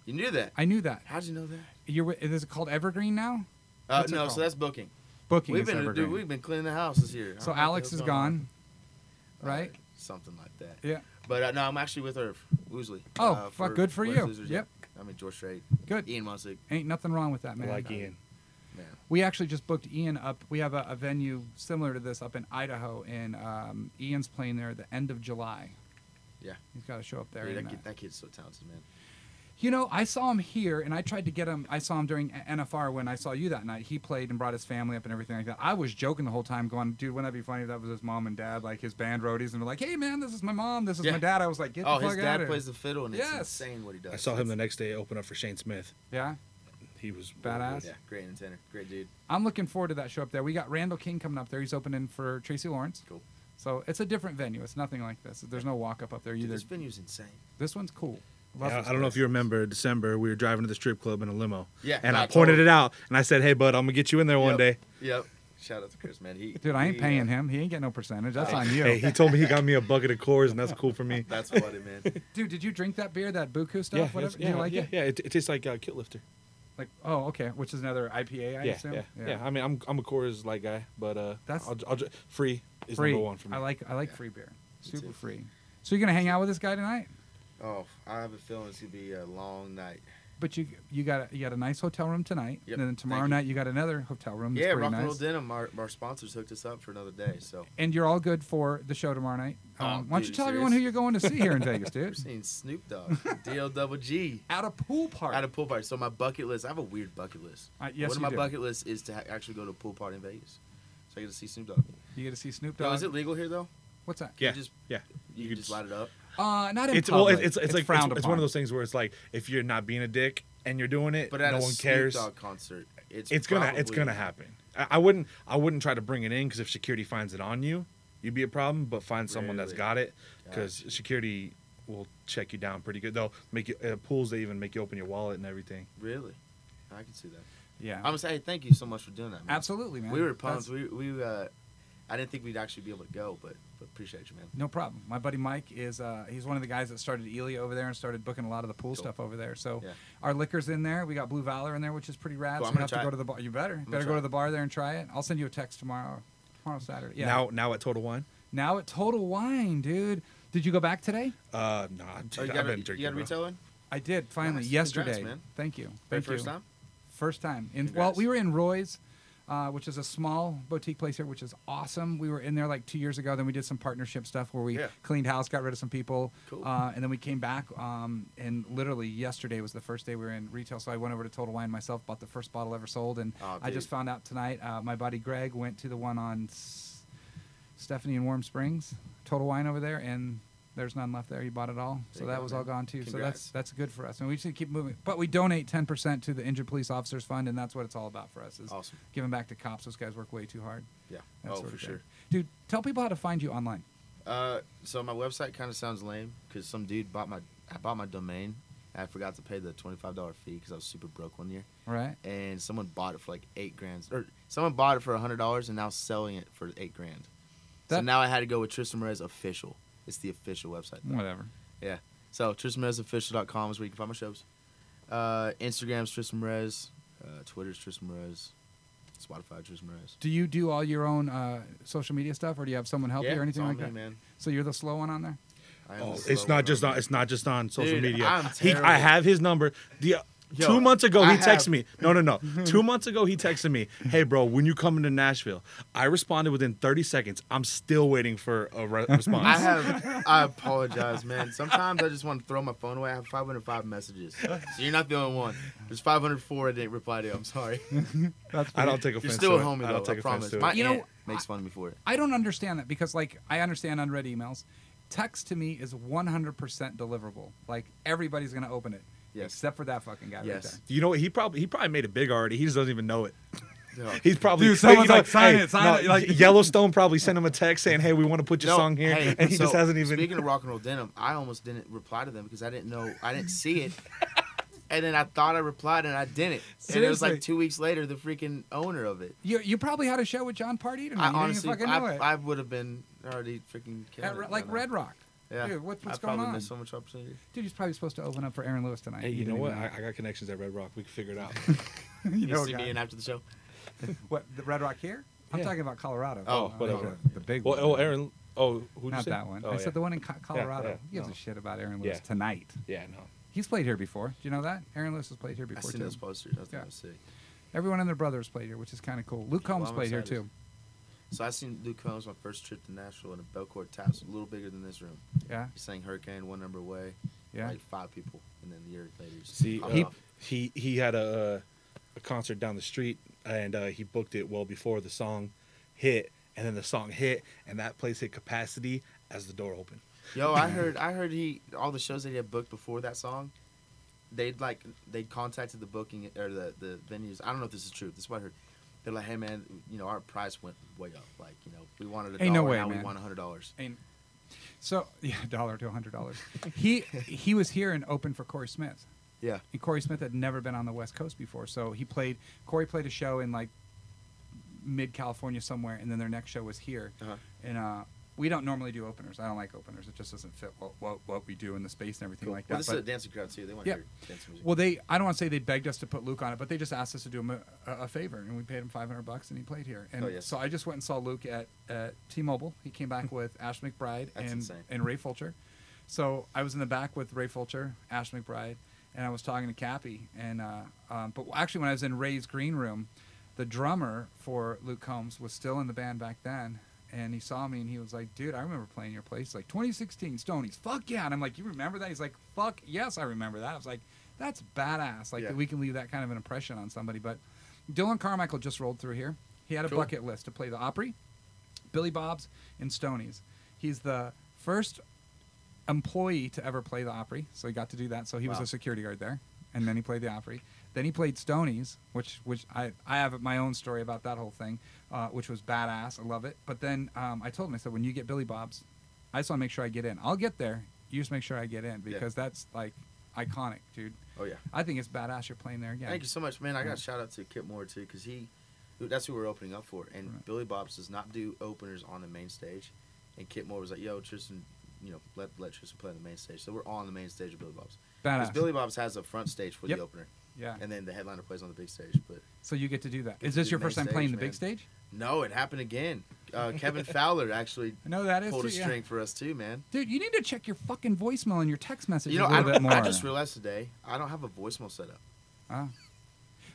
S4: You knew that.
S1: I knew that.
S4: How'd you know that?
S1: You're. wi- Is it called Evergreen now?
S4: Uh,
S1: What's it
S4: no,
S1: called?
S4: so that's booking.
S1: Booking
S4: we've
S1: is
S4: been
S1: Evergreen.
S4: dude, we've been cleaning the house this year. I
S1: so
S4: don't know what
S1: Alex
S4: the
S1: is
S4: hell's going
S1: gone,
S4: on.
S1: right?
S4: Uh, something like that.
S1: Yeah.
S4: But uh, no, I'm actually with Irv Woosley.
S1: Oh,
S4: uh,
S1: fuck, good for
S4: Wes
S1: you.
S4: Losers,
S1: Yep.
S4: I mean George Strait,
S1: Good.
S4: Ian Musick.
S1: Ain't nothing wrong with that, man.
S3: like Ian.
S1: We actually just booked Ian up. We have a, a venue similar to this up in Idaho, and um, Ian's playing there the end of July.
S4: Yeah.
S1: He's got to show up there.
S4: Dude,
S1: in,
S4: that,
S1: uh,
S4: kid, that kid's so talented, man.
S1: You know, I saw him here, and I tried to get him. I saw him during A- NFR when I saw you that night. He played and brought his family up and everything like that. I was joking the whole time, going, "Dude, wouldn't that be funny if that was his mom and dad, like his band roadies?" And they're like, "Hey, man, this is my mom. This is
S4: Yeah.
S1: my dad." I was like, "Get
S4: Oh,
S1: the
S4: his
S1: fuck out
S4: dad
S1: of
S4: plays
S1: here!"
S4: the fiddle, and
S1: Yes.
S4: it's insane what he does.
S3: I saw him the
S4: It's-
S3: next day open up for Shane Smith.
S1: Yeah,
S3: He was
S1: Badass.
S4: Yeah, great antenna, great dude.
S1: I'm looking forward to that show up there. We got Randall King coming up there. He's opening for Tracy Lawrence.
S4: Cool.
S1: So it's a different venue. It's nothing like this. There's no walk up up there
S4: Dude,
S1: either.
S4: this venue's insane.
S1: This one's cool. Love
S3: Yeah,
S1: this
S3: I don't know
S1: place.
S3: if you remember December. We were driving to the strip club in a limo.
S4: Yeah,
S3: and
S4: no,
S3: I
S4: I
S3: pointed
S4: totally-
S3: it out and I said, "Hey, bud, I'm gonna get you in there one day."
S4: Yep. Shout out to Chris, man. He,
S1: Dude, I ain't
S4: he, uh,
S1: paying him. He ain't getting no percentage. That's on you.
S3: Hey, he told me he got me a bucket of Coors, and that's cool for me.
S4: That's funny, man.
S1: Dude, did you drink that beer, that Buku stuff?
S3: yeah,
S1: whatever.
S3: it's-
S1: Do you like
S3: yeah,
S1: it?
S3: yeah, it, it tastes like uh, Kit Lifter.
S1: Like, oh, okay. Which is another IPA, I
S3: yeah,
S1: assume.
S3: yeah, yeah, I mean, I'm I'm a Coors like guy, but uh,
S1: That's-
S3: I'll, I'll, ju- free is
S1: free.
S3: number one for me.
S1: I like I like
S4: Yeah.
S1: free beer.
S4: Me
S1: Super
S4: too.
S1: free. So you're gonna hang out with this guy tonight,
S4: Oh, I have a feeling it's gonna be a long night.
S1: but you you got a, you got a nice hotel room tonight,
S4: Yep,
S1: and then
S4: thank
S1: tomorrow
S4: you.
S1: night you got another hotel room. That's
S4: yeah,
S1: pretty
S4: Rock and
S1: nice.
S4: Roll Denim, our, our sponsors hooked us up for another day. So
S1: And you're all good for the show tomorrow night.
S4: Oh,
S1: Um, why don't
S4: dude,
S1: you tell
S4: serious?
S1: everyone who you're going to see here in Vegas,
S4: we're
S1: dude?
S4: seeing Snoop Dogg, DL Double G,
S1: At a pool party.
S4: at a pool party. So my bucket list, I have a weird bucket list.
S1: Uh, yes,
S4: One of
S1: you
S4: my
S1: do.
S4: bucket lists is to ha- actually go to a pool party in Vegas. So I get to see Snoop Dogg.
S1: You get to see Snoop Dogg.
S4: Yo, is it legal here though?
S1: What's that?
S4: You
S3: yeah,
S4: just-
S3: yeah.
S4: You,
S3: could
S4: can just
S3: s-
S4: light it up.
S1: Uh, not in
S3: It's well,
S1: public.
S3: it's it's, it's like
S1: frowned
S3: it's, it's
S1: upon.
S3: one of those things where it's like if you're not being a dick and you're doing it,
S4: But at
S3: no
S4: a
S3: one
S4: Snoop
S3: cares.
S4: Dogg concert, it's
S3: it's gonna it's
S4: probably-
S3: gonna happen. I, I wouldn't I wouldn't try to bring it in because if security finds it on you, you'd be a problem. But find someone that's
S4: Really?
S3: got it because security will check you down pretty good. They'll make you uh, pools. They even make you open your wallet and everything.
S4: Really, I can see that.
S1: Yeah.
S4: I'm gonna say hey, thank you so much for doing that. Man.
S1: Absolutely, man.
S4: We were
S1: That's-
S4: pumped. We, we uh, I didn't think we'd actually be able to go, but, but appreciate you, man.
S1: No problem. My buddy Mike is uh, he's one of the guys that started Elia over there and started booking a lot of the pool
S4: Cool.
S1: stuff over there. So
S4: Yeah.
S1: our liquor's in there. We got Blue Valor in there, which is pretty rad.
S4: Cool,
S1: so
S4: I'm
S1: we
S4: gonna
S1: have to
S4: try
S1: go
S4: it.
S1: to the bar. You better
S4: gonna
S1: better go
S4: try
S1: to
S4: it.
S1: the bar there and try it. I'll send you a text tomorrow, tomorrow Saturday. Yeah.
S3: Now now at Total Wine,
S1: now at Total Wine, dude. Did you go back today?
S3: uh, nah, dude,
S4: Oh, you got,
S3: I've
S4: a,
S3: been
S4: you
S3: drinking.
S4: got a
S3: bro.
S4: retailer?
S1: I did finally
S4: Nice. Congrats,
S1: yesterday.
S4: man.
S1: Thank you.
S4: Very
S1: Thank
S4: first
S1: you.
S4: time?
S1: First time. In, well,
S4: Congrats.
S1: we were in Roy's, uh, which is a small boutique place here, which is awesome. We were in there like two years ago. Then we did some partnership stuff where we
S4: Yeah.
S1: cleaned house, got rid of some people,
S4: Cool.
S1: uh, and then we came back. Um, and literally yesterday was the first day we were in retail, so I went over to Total Wine myself, bought the first bottle ever sold, and
S4: Aw,
S1: I just
S4: dude.
S1: found out tonight. Uh, my buddy Greg went to the one on S- Stephanie and Warm Springs, Total Wine over there, and. There's none left there. You bought it all, so
S4: There you
S1: that
S4: go,
S1: was all
S4: man.
S1: gone too. So that's
S4: Congrats.
S1: that's good for us, and we just need to keep moving. But we donate ten percent to the Injured Police Officers Fund, and that's what it's all about for us is
S4: Awesome.
S1: giving back to cops. Those guys work way too hard.
S4: Yeah.
S1: That
S4: Oh,
S1: sort
S4: for
S1: of thing.
S4: sure.
S1: dude. Tell people how to find you online.
S4: Uh, so my website kind of sounds lame because some dude bought my I bought my domain I forgot to pay the twenty five dollar fee because I was super broke one year.
S1: Right.
S4: And someone bought it for like eight grand, or someone bought it for hundred dollars and now selling it for eight grand. so
S1: That-
S4: now I had to go with Tristan Rez official. It's the official website. though.
S1: Whatever.
S4: So tristanrezofficial.com is where you can find my shows. Uh, Instagram's Tristan Rez, uh, Twitter's Tristan Rez, Spotify Tristan Rez.
S1: Do you do all your own uh, social media stuff, or do you have someone help
S4: Yeah,
S1: you or
S4: it's
S1: anything
S4: all
S1: like
S4: me,
S1: that?
S4: man.
S1: So you're the slow one on there.
S4: I am
S3: Oh,
S4: the
S3: it's
S4: slow
S3: not
S4: one,
S3: just
S4: man.
S3: on. It's not just on social
S4: Dude,
S3: media.
S4: I'm
S3: he, I
S4: terrible.
S3: have his number. The uh,
S4: Yo,
S3: two months ago,
S4: I
S3: he texted
S4: have-
S3: me. No, no, no. two months ago, he texted me. Hey, bro, when you coming to Nashville? I responded within 30 seconds. I'm still waiting for a re- response.
S4: I have. I apologize, man. Sometimes I just want to throw my phone away. I have 505 messages, so you're not the only one. There's 504 I didn't reply to. I'm sorry.
S1: That's
S3: I don't take offense.
S4: You're still
S3: to
S4: a
S3: it.
S4: homie,
S3: I don't
S4: though. I,
S3: take
S4: promise.
S3: offense to it.
S4: My
S1: You know,
S4: aunt makes fun of me for it.
S1: I don't understand that because like I understand unread emails. Text to me is 100% deliverable. Like everybody's gonna open it,
S4: Yes.
S1: except for that fucking guy
S4: Yes.
S1: right there.
S3: You know what? He probably he probably made it big already. He just doesn't even know it.
S4: No.
S3: He's probably
S1: Dude, someone's
S3: you know,
S1: like, "Sign
S3: hey,
S1: it, sign it," like-
S3: Yellowstone probably sent him a text saying, "Hey, we want to put your
S4: No,
S3: song here,"
S4: hey,
S3: and he
S4: so,
S3: just hasn't even.
S4: Speaking of rock and roll denim, I almost didn't reply to them because I didn't know, I didn't see it, and then I thought I replied and I didn't. And it was
S1: Seriously.
S4: like two weeks later, the freaking owner of it.
S1: You you probably had a show with John Party. You
S4: I
S1: didn't
S4: honestly,
S1: even fucking know
S4: I,
S1: it.
S4: I would have been already freaking
S1: At
S4: killing
S1: Re-
S4: it
S1: like
S4: by now.
S1: Red Rock,
S4: Yeah,
S1: dude. What, what's
S4: I
S1: going
S4: probably
S1: on?
S4: missed so much opportunity.
S1: Dude, he's probably supposed to open up for Aaron Lewis tonight.
S3: Hey, you know
S1: didn't
S3: what?
S1: even
S3: I, I got connections at Red Rock. We can figure it out.
S1: you
S4: You
S1: know,
S4: see
S1: a
S4: me
S1: guy.
S4: in after the show.
S1: what the Red Rock here? I'm
S3: Yeah.
S1: talking about Colorado.
S4: Oh,
S1: Uh,
S3: whatever.
S1: the- The big
S3: well,
S1: one.
S3: oh, Aaron. Oh, who
S1: Not that one.
S3: Oh,
S1: I
S3: yeah.
S1: said the one in Co- Colorado.
S3: yeah,
S1: Who gives
S3: no.
S1: a shit about Aaron Lewis
S3: Yeah.
S1: tonight?
S3: Yeah, no.
S1: He's played here before. Do you know that? Aaron Lewis has played here
S4: I
S1: before
S4: seen
S1: too.
S4: those posters. I think
S1: Yeah.
S4: that was sick.
S1: Everyone and their brothers played here, which is kind of cool. Luke Combs
S4: I'm
S1: played here
S4: excited.
S1: too.
S4: So I seen Luke Combs my first trip to Nashville in a Belcourt Taps, a little bigger than this room.
S1: Yeah,
S4: He sang Hurricane, One Number Away,
S1: yeah.
S4: like five people, and then the year later, he just
S3: See,
S1: Oh.
S3: uh,
S4: popped
S3: he,
S4: off.
S3: he he had a uh, a concert down the street, and uh, he booked it well before the song hit, and then the song hit, and that place hit capacity as the door opened.
S4: Yo, I heard, I heard he all the shows that he had booked before that song, they'd like they contacted the booking or the the venues. I don't know if this is true. This is what I heard. They're like, hey man, you know our price went way up. Like you know we wanted a
S1: Ain't no
S4: dollar,
S1: way,
S4: now
S1: man.
S4: we want a hundred dollars.
S1: And so yeah, dollar to a hundred dollars. he he was here and opened for Corey Smith.
S4: Yeah,
S1: and Corey Smith had never been on the West Coast before. So he played. Corey played a show in like mid California somewhere, and then their next show was here.
S4: Uh-huh.
S1: And uh, we don't normally do openers. I don't like openers. It just doesn't fit what what, what we do in the space and everything
S4: cool.
S1: like
S4: well,
S1: that.
S4: this is a dancing crowd too. They want
S1: Yeah.
S4: to hear dance music.
S1: well, they I don't want to say they begged us to put Luke on it, but they just asked us to do him a, a favor, and we paid him five hundred bucks, and he played here. And
S4: Oh, yes.
S1: so I just went and saw Luke at, at T-Mobile. He came back with Ash McBride
S4: That's
S1: and
S4: insane.
S1: and Ray Fulcher. So I was in the back with Ray Fulcher, Ash McBride, and I was talking to Cappy. And uh, um, but actually, when I was in Ray's green room, the drummer for Luke Combs was still in the band back then. And he saw me and he was like, dude, I remember playing your place like 2016 Stonies. Fuck yeah. And I'm like, you remember that? He's like, fuck yes, I remember that. I was like, that's badass. Like,
S4: Yeah.
S1: that we can leave that kind of an impression on somebody. But Dylan Carmichael just rolled through here. He had a
S4: Cool.
S1: bucket list to play the Opry, Billy Bob's, and Stonies. He's the first employee to ever play the Opry, so he got to do that. So he was
S4: Wow.
S1: a security guard there, and then he played the Opry. Then he played Stonies, which which I I have my own story about that whole thing, uh, which was badass. I love it. But then um, I told him I said when you get Billy Bob's, I just want to make sure I get in. I'll get there. You just make sure I get in because that's like iconic, dude.
S4: oh yeah.
S1: I think it's badass you're playing there again.
S4: Thank you so much, man. I got
S1: Yeah.
S4: to shout out to Kip Moore too, because he, that's who we're opening up for. And
S1: Right.
S4: Billy Bob's does not do openers on the main stage, and Kip Moore was like, "Yo, Tristan, you know, let let Tristan play on the main stage." So we're on the main stage of Billy Bob's. Because
S1: Badass.
S4: Billy Bob's has a front stage for
S1: Yep.
S4: the opener,
S1: yeah.
S4: and then the headliner plays on the big stage. But
S1: So you get to do that.
S4: Get
S1: Is
S4: to
S1: this
S4: do
S1: your
S4: the main
S1: first time playing the
S4: stage,
S1: big
S4: man.
S1: stage?
S4: no, it happened again. Uh, Kevin Fowler actually
S1: I know that is
S4: pulled
S1: too.
S4: a
S1: yeah.
S4: string for us too, man.
S1: Dude, you need to check your fucking voicemail and your text messages
S4: You know,
S1: a little
S4: I,
S1: bit more.
S4: I just realized today I don't have a voicemail set up.
S1: Ah.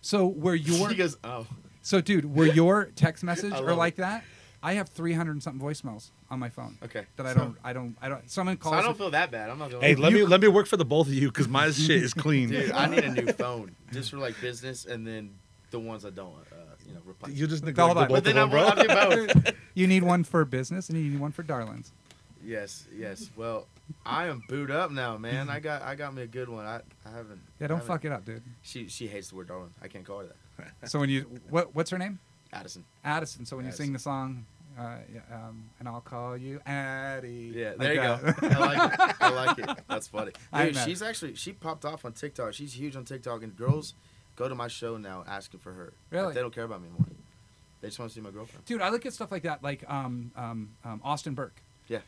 S1: So were your
S4: he goes, "Oh,
S1: so dude, were your text message
S4: I
S1: or
S4: love
S1: like
S4: it.
S1: that? I have three hundred and something voicemails on my phone
S4: okay."
S1: that I
S4: So-
S1: don't, I don't, I don't. Someone
S4: So
S1: calls.
S4: I don't feel that bad. I'm not going.
S3: Hey, let
S1: Oh. you
S3: me
S1: c-
S3: let me work for the both of you because my shit is clean.
S4: Dude, I need a new phone just for like business, and then the ones I don't, uh, you know, replace.
S3: you just
S1: Hold
S3: neglect the
S1: on.
S3: both
S4: but
S3: of
S4: then I'm
S3: them, bro.
S4: I'll do both.
S1: you need one for business and you need one for darlings.
S4: yes, yes. Well, I am booed up now, man. I got I got me a good one. I, I haven't.
S1: Yeah, don't
S4: haven't-
S1: fuck it up, dude.
S4: She she hates the word darling. I can't call her that.
S1: So when you what what's her name?
S4: Addison.
S1: Addison. So when you sing
S4: Addison.
S1: the song, uh, yeah, um, and I'll call you Addie.
S4: Yeah,
S1: Like uh,
S4: there you
S1: that.
S4: go. I like it. I like it. That's funny.
S1: I
S4: Dude,
S1: know.
S4: she's actually she popped off on TikTok. She's huge on TikTok, and girls go to my show now asking for her. Like,
S1: Really?
S4: they don't care about me anymore. They just want to see my girlfriend.
S1: Dude, I look at stuff like that, like um, um, um, Austin Burke,
S4: Yeah.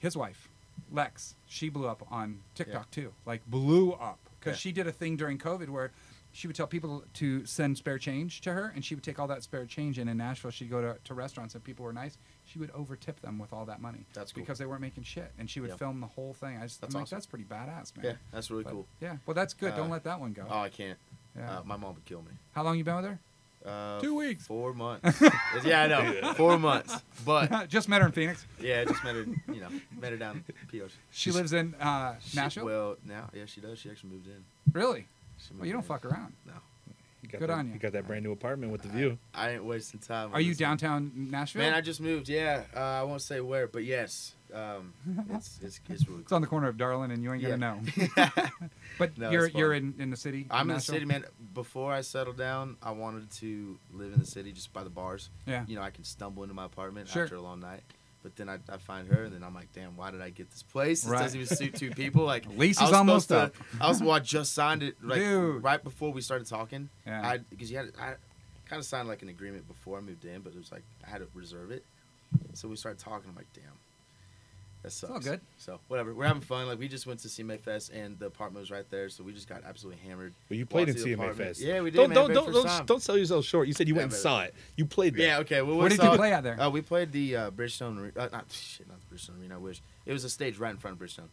S1: his wife, Lex. She blew up on TikTok
S4: Yeah.
S1: too, like blew up because
S4: Yeah.
S1: she did a thing during COVID where she would tell people to send spare change to her, and she would take all that spare change. And in Nashville, she'd go to, to restaurants, and people were nice. She would overtip them with all that money.
S4: That's cool.
S1: because they weren't making shit, and she would
S4: Yeah.
S1: film the whole thing. I just
S4: That's
S1: I'm
S4: awesome.
S1: like, that's pretty badass, man.
S4: Yeah, that's really
S1: But-
S4: cool.
S1: Yeah, well, that's good. Don't
S4: Uh,
S1: let that one go.
S4: Oh, I can't.
S1: yeah.
S4: Uh, my mom would kill me.
S1: How long you been with her?
S4: Uh,
S1: Two weeks.
S4: Four months. yeah, I know. Four months. But
S1: just met her in Phoenix.
S4: yeah, I just met her. You know, met her down at POC.
S1: She lives in uh,
S4: She-
S1: Nashville.
S4: Well, now, yeah, she does. She actually moved in.
S1: Really?
S4: She
S1: Well, you don't
S4: moved in.
S1: fuck around.
S4: No.
S3: You got
S1: Good
S3: that,
S1: on you.
S3: got that brand new apartment with the view.
S4: I ain't wasting time. on
S1: Are you
S4: this one.
S1: downtown Nashville?
S4: Man, I just moved. Yeah, uh, I won't say where, but yes, um, it's, it's it's really
S1: it's
S4: cool.
S1: on the corner of Darlin, and you ain't
S4: Yeah.
S1: gonna know. But
S4: No,
S1: you're
S4: it's
S1: you're in,
S4: fun.
S1: in the city.
S4: I'm in the
S1: Nashville?
S4: city, man. Before I settled down, I wanted to live in the city just by the bars.
S1: Yeah.
S4: You know, I can stumble into my apartment
S1: Sure.
S4: after a long night. But then I, I find her, and then I'm like, damn, why did I get this place? This
S1: Right.
S4: doesn't even suit two people. Like,
S1: Lease
S4: I
S1: is
S4: was
S1: almost
S4: supposed to- I was well, I just signed it like
S1: Dude.
S4: right before we started talking.
S1: Yeah.
S4: I because you had I kind of signed like an agreement before I moved in, but it was like I had to reserve it. So we started talking. I'm like, damn, that sucks.
S1: all good.
S4: So whatever, we're having fun. Like we just went to CMA Fest, and the apartment was right there, so we just got absolutely hammered.
S3: Well, you played
S4: Walked to
S3: in
S4: the
S3: CMA
S4: apartment.
S3: Fest.
S4: Yeah, we did.
S3: Don't
S4: man,
S3: don't
S4: very
S3: don't
S4: first
S3: don't,
S4: time.
S3: don't sell yourself short. You said you
S4: Yeah,
S3: went and
S4: but-
S3: saw it. You played there.
S4: Yeah. Okay. Well,
S1: Where
S4: we
S1: did
S4: saw-
S1: you play out there?
S4: Uh, we played the uh, Bridgestone. Re- uh, not shit, not the Bridgestone Arena. I wish it was a stage right in front of Bridgestone.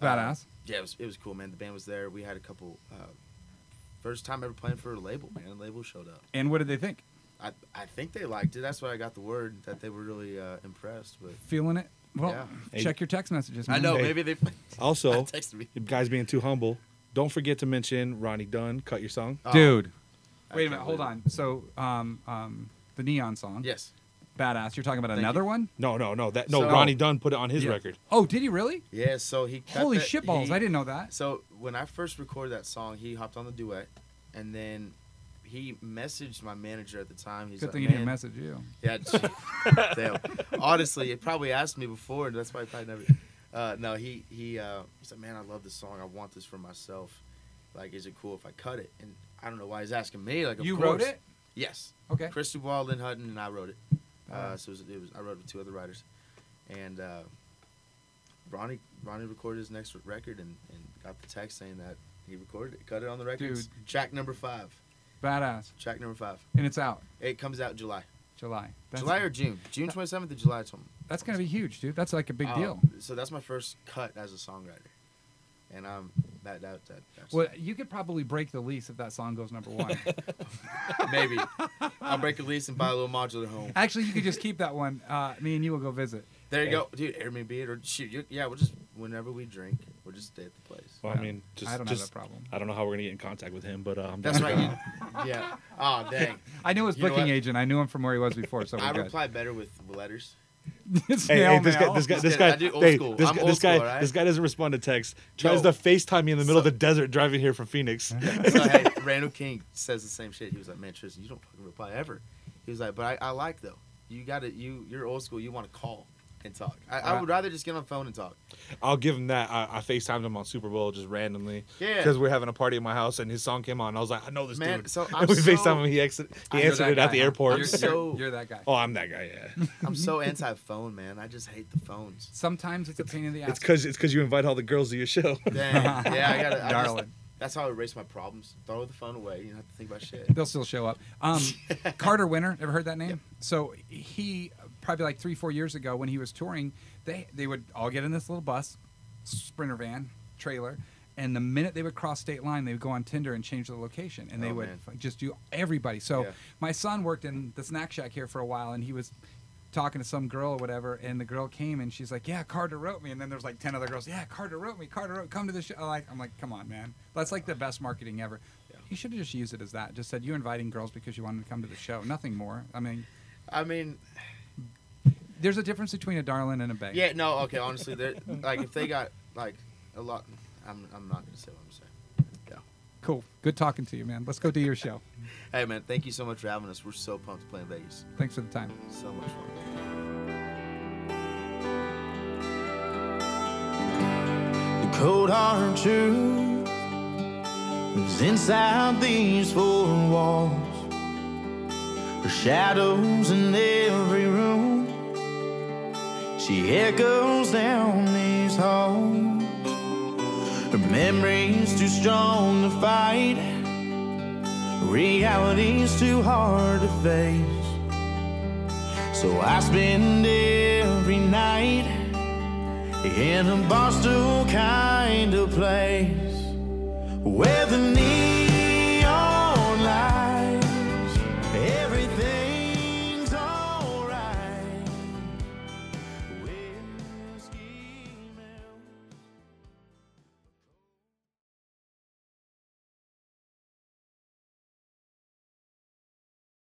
S4: Uh,
S1: Badass.
S4: yeah, it was it was cool, man. The band was there. We had a couple. Uh, first time ever playing for a label, man. A label showed up.
S1: And what did they think?
S4: I, I think they liked it. That's why I got the word that they were really uh, impressed with.
S1: Feeling it? Well,
S4: Yeah.
S3: Hey.
S1: check your text messages.
S4: I
S1: man.
S4: know.
S3: Hey.
S4: Maybe they
S3: Also,
S4: texted me.
S3: guys being too humble, don't forget to mention Ronnie Dunn. Cut your song.
S4: Oh,
S1: dude.
S4: I
S1: Wait a
S4: can't
S1: minute. Hold
S4: believe
S1: on. So, um, um, the neon song.
S4: Yes.
S1: Badass. You're talking about
S4: Thank
S1: another
S4: you.
S1: one?
S3: No, no, no. That no.
S4: So-
S3: Ronnie Dunn put it on his
S4: Yeah.
S3: record.
S1: Oh, did he really?
S4: Yeah. So he. Cut
S1: Holy
S4: that-
S1: shit balls!
S4: he-
S1: I didn't know that.
S4: So when I first recorded that song, he hopped on the duet, and then he messaged my manager at the time. He's
S1: Good
S4: like,
S1: thing he
S4: Man,
S1: didn't message you.
S4: Yeah, gee, damn. Honestly, it probably asked me before, and that's why I probably never. Uh, no, he he uh, he said, "Man, I love this song. I want this for myself. Like, is it cool if I cut it?" And I don't know why he's asking me. Like, of
S1: You wrote
S4: course.
S1: it?
S4: Yes.
S1: Okay.
S4: Chris Dubois, Lynn Hutton, and I wrote it. Uh,
S1: Alright.
S4: so it was, it was I wrote it with two other writers, and uh, Ronnie Ronnie recorded his next record and, and got the text saying that he recorded it, cut it on the record.
S1: Dude.
S4: Track number five.
S1: Badass.
S4: Track number five.
S1: And it's out
S4: It comes out July.
S1: July. That's,
S4: July or June. June twenty seventh or July something.
S1: that's gonna be huge, dude. That's like a big
S4: Uh,
S1: deal.
S4: So that's my first cut as a songwriter, and I'm that that that. That's
S1: Well, you could probably break the lease if that song goes number one.
S4: maybe I'll break a lease and buy a little modular home.
S1: Actually, you could just keep that one. Uh, me and you will go visit.
S4: There you go, dude. Airbnb it or shoot, you, yeah. We'll just whenever we drink, we'll just stay at the place.
S3: Well, I mean, just
S1: I don't
S3: just,
S1: have that problem.
S3: I don't know how we're gonna get in contact with him, but uh, I'm
S4: That's
S3: down
S4: right.
S3: to-
S4: you- yeah. Oh dang.
S1: I knew his
S4: You know
S1: booking
S4: what?
S1: agent. I knew him from where he was before, so
S4: I
S1: we're good.
S4: reply better with letters.
S1: It's
S3: Hey, hey,
S1: snail
S3: this guy,
S1: mail.
S3: this guy,
S4: Just
S3: this
S4: kidding,
S3: guy,
S4: I do old
S3: hey,
S4: school.
S3: this,
S4: I'm
S3: guy-
S4: old
S3: this guy,
S4: school, alright?
S3: this guy doesn't respond to text. Tries
S4: Yo.
S3: to FaceTime me in the middle of
S4: So-
S3: the desert driving here from Phoenix.
S4: So hey, Randall King says the same shit. He was like, "Man, Tristan, you don't fucking reply ever." He was like, "But I, I like though. You gotta you you're old school. You want to call and talk. I, I
S1: Right.
S4: would rather just get on the phone and talk."
S3: I'll give him that. I, I FaceTimed him on Super Bowl just randomly.
S4: Yeah.
S3: Because we're having a party at my house and his song came on. I was like, I know this
S4: Man,
S3: dude.
S4: so I'm
S3: and we
S4: so-
S3: FaceTimed him. He, exit, he
S1: You're
S3: answered
S1: that
S3: it at
S1: guy,
S3: the
S1: huh?
S3: airport.
S1: You're,
S4: So-
S1: you're, you're that guy.
S3: oh, I'm that guy, yeah.
S4: I'm so anti phone, man. I just hate the phones.
S1: Sometimes it's a pain in the ass.
S3: it's because it's 'cause you invite all the girls to your show.
S4: Dang. Yeah, I gotta. I just-
S1: Darling.
S4: that's how I erase my problems. Throw the phone away. You don't have to think about shit.
S1: They'll still show up. Um, Carter Winter, ever heard that name? So he probably like three, four years ago when he was touring, they they would all get in this little bus, sprinter van, trailer, and the minute they would cross state line, they would go on Tinder and change the location, and they
S4: Oh,
S1: would
S4: man.
S1: f- just do everybody. So
S4: Yeah.
S1: my son worked in the snack shack here for a while, and he was talking to some girl or whatever, and the girl came and she's like, "Yeah, Carter wrote me," and then there's like ten other girls, "Yeah, Carter wrote me. Carter wrote, come to the show." I'm Like, I'm like, come on, man, that's like the best marketing ever. You should have just used it as that. Just said you're inviting girls because you wanted to come to the show. Nothing more. I mean,
S4: I mean,
S1: there's a difference between a darling and a bang.
S4: yeah, no, okay. Honestly, they're like if they got like a lot. I'm I'm not gonna say what I'm saying.
S1: Cool. Good talking to you, man. Let's go do your show.
S4: Hey man, thank you so much for having us. We're so pumped to play in Vegas.
S1: Thanks for the time.
S4: So much fun. cold hard truth is inside these four walls. Her shadows in every room. She echoes down these halls. Her memories too strong to fight. Reality's too hard to face. So I spend every night in a Boston kind of place where the need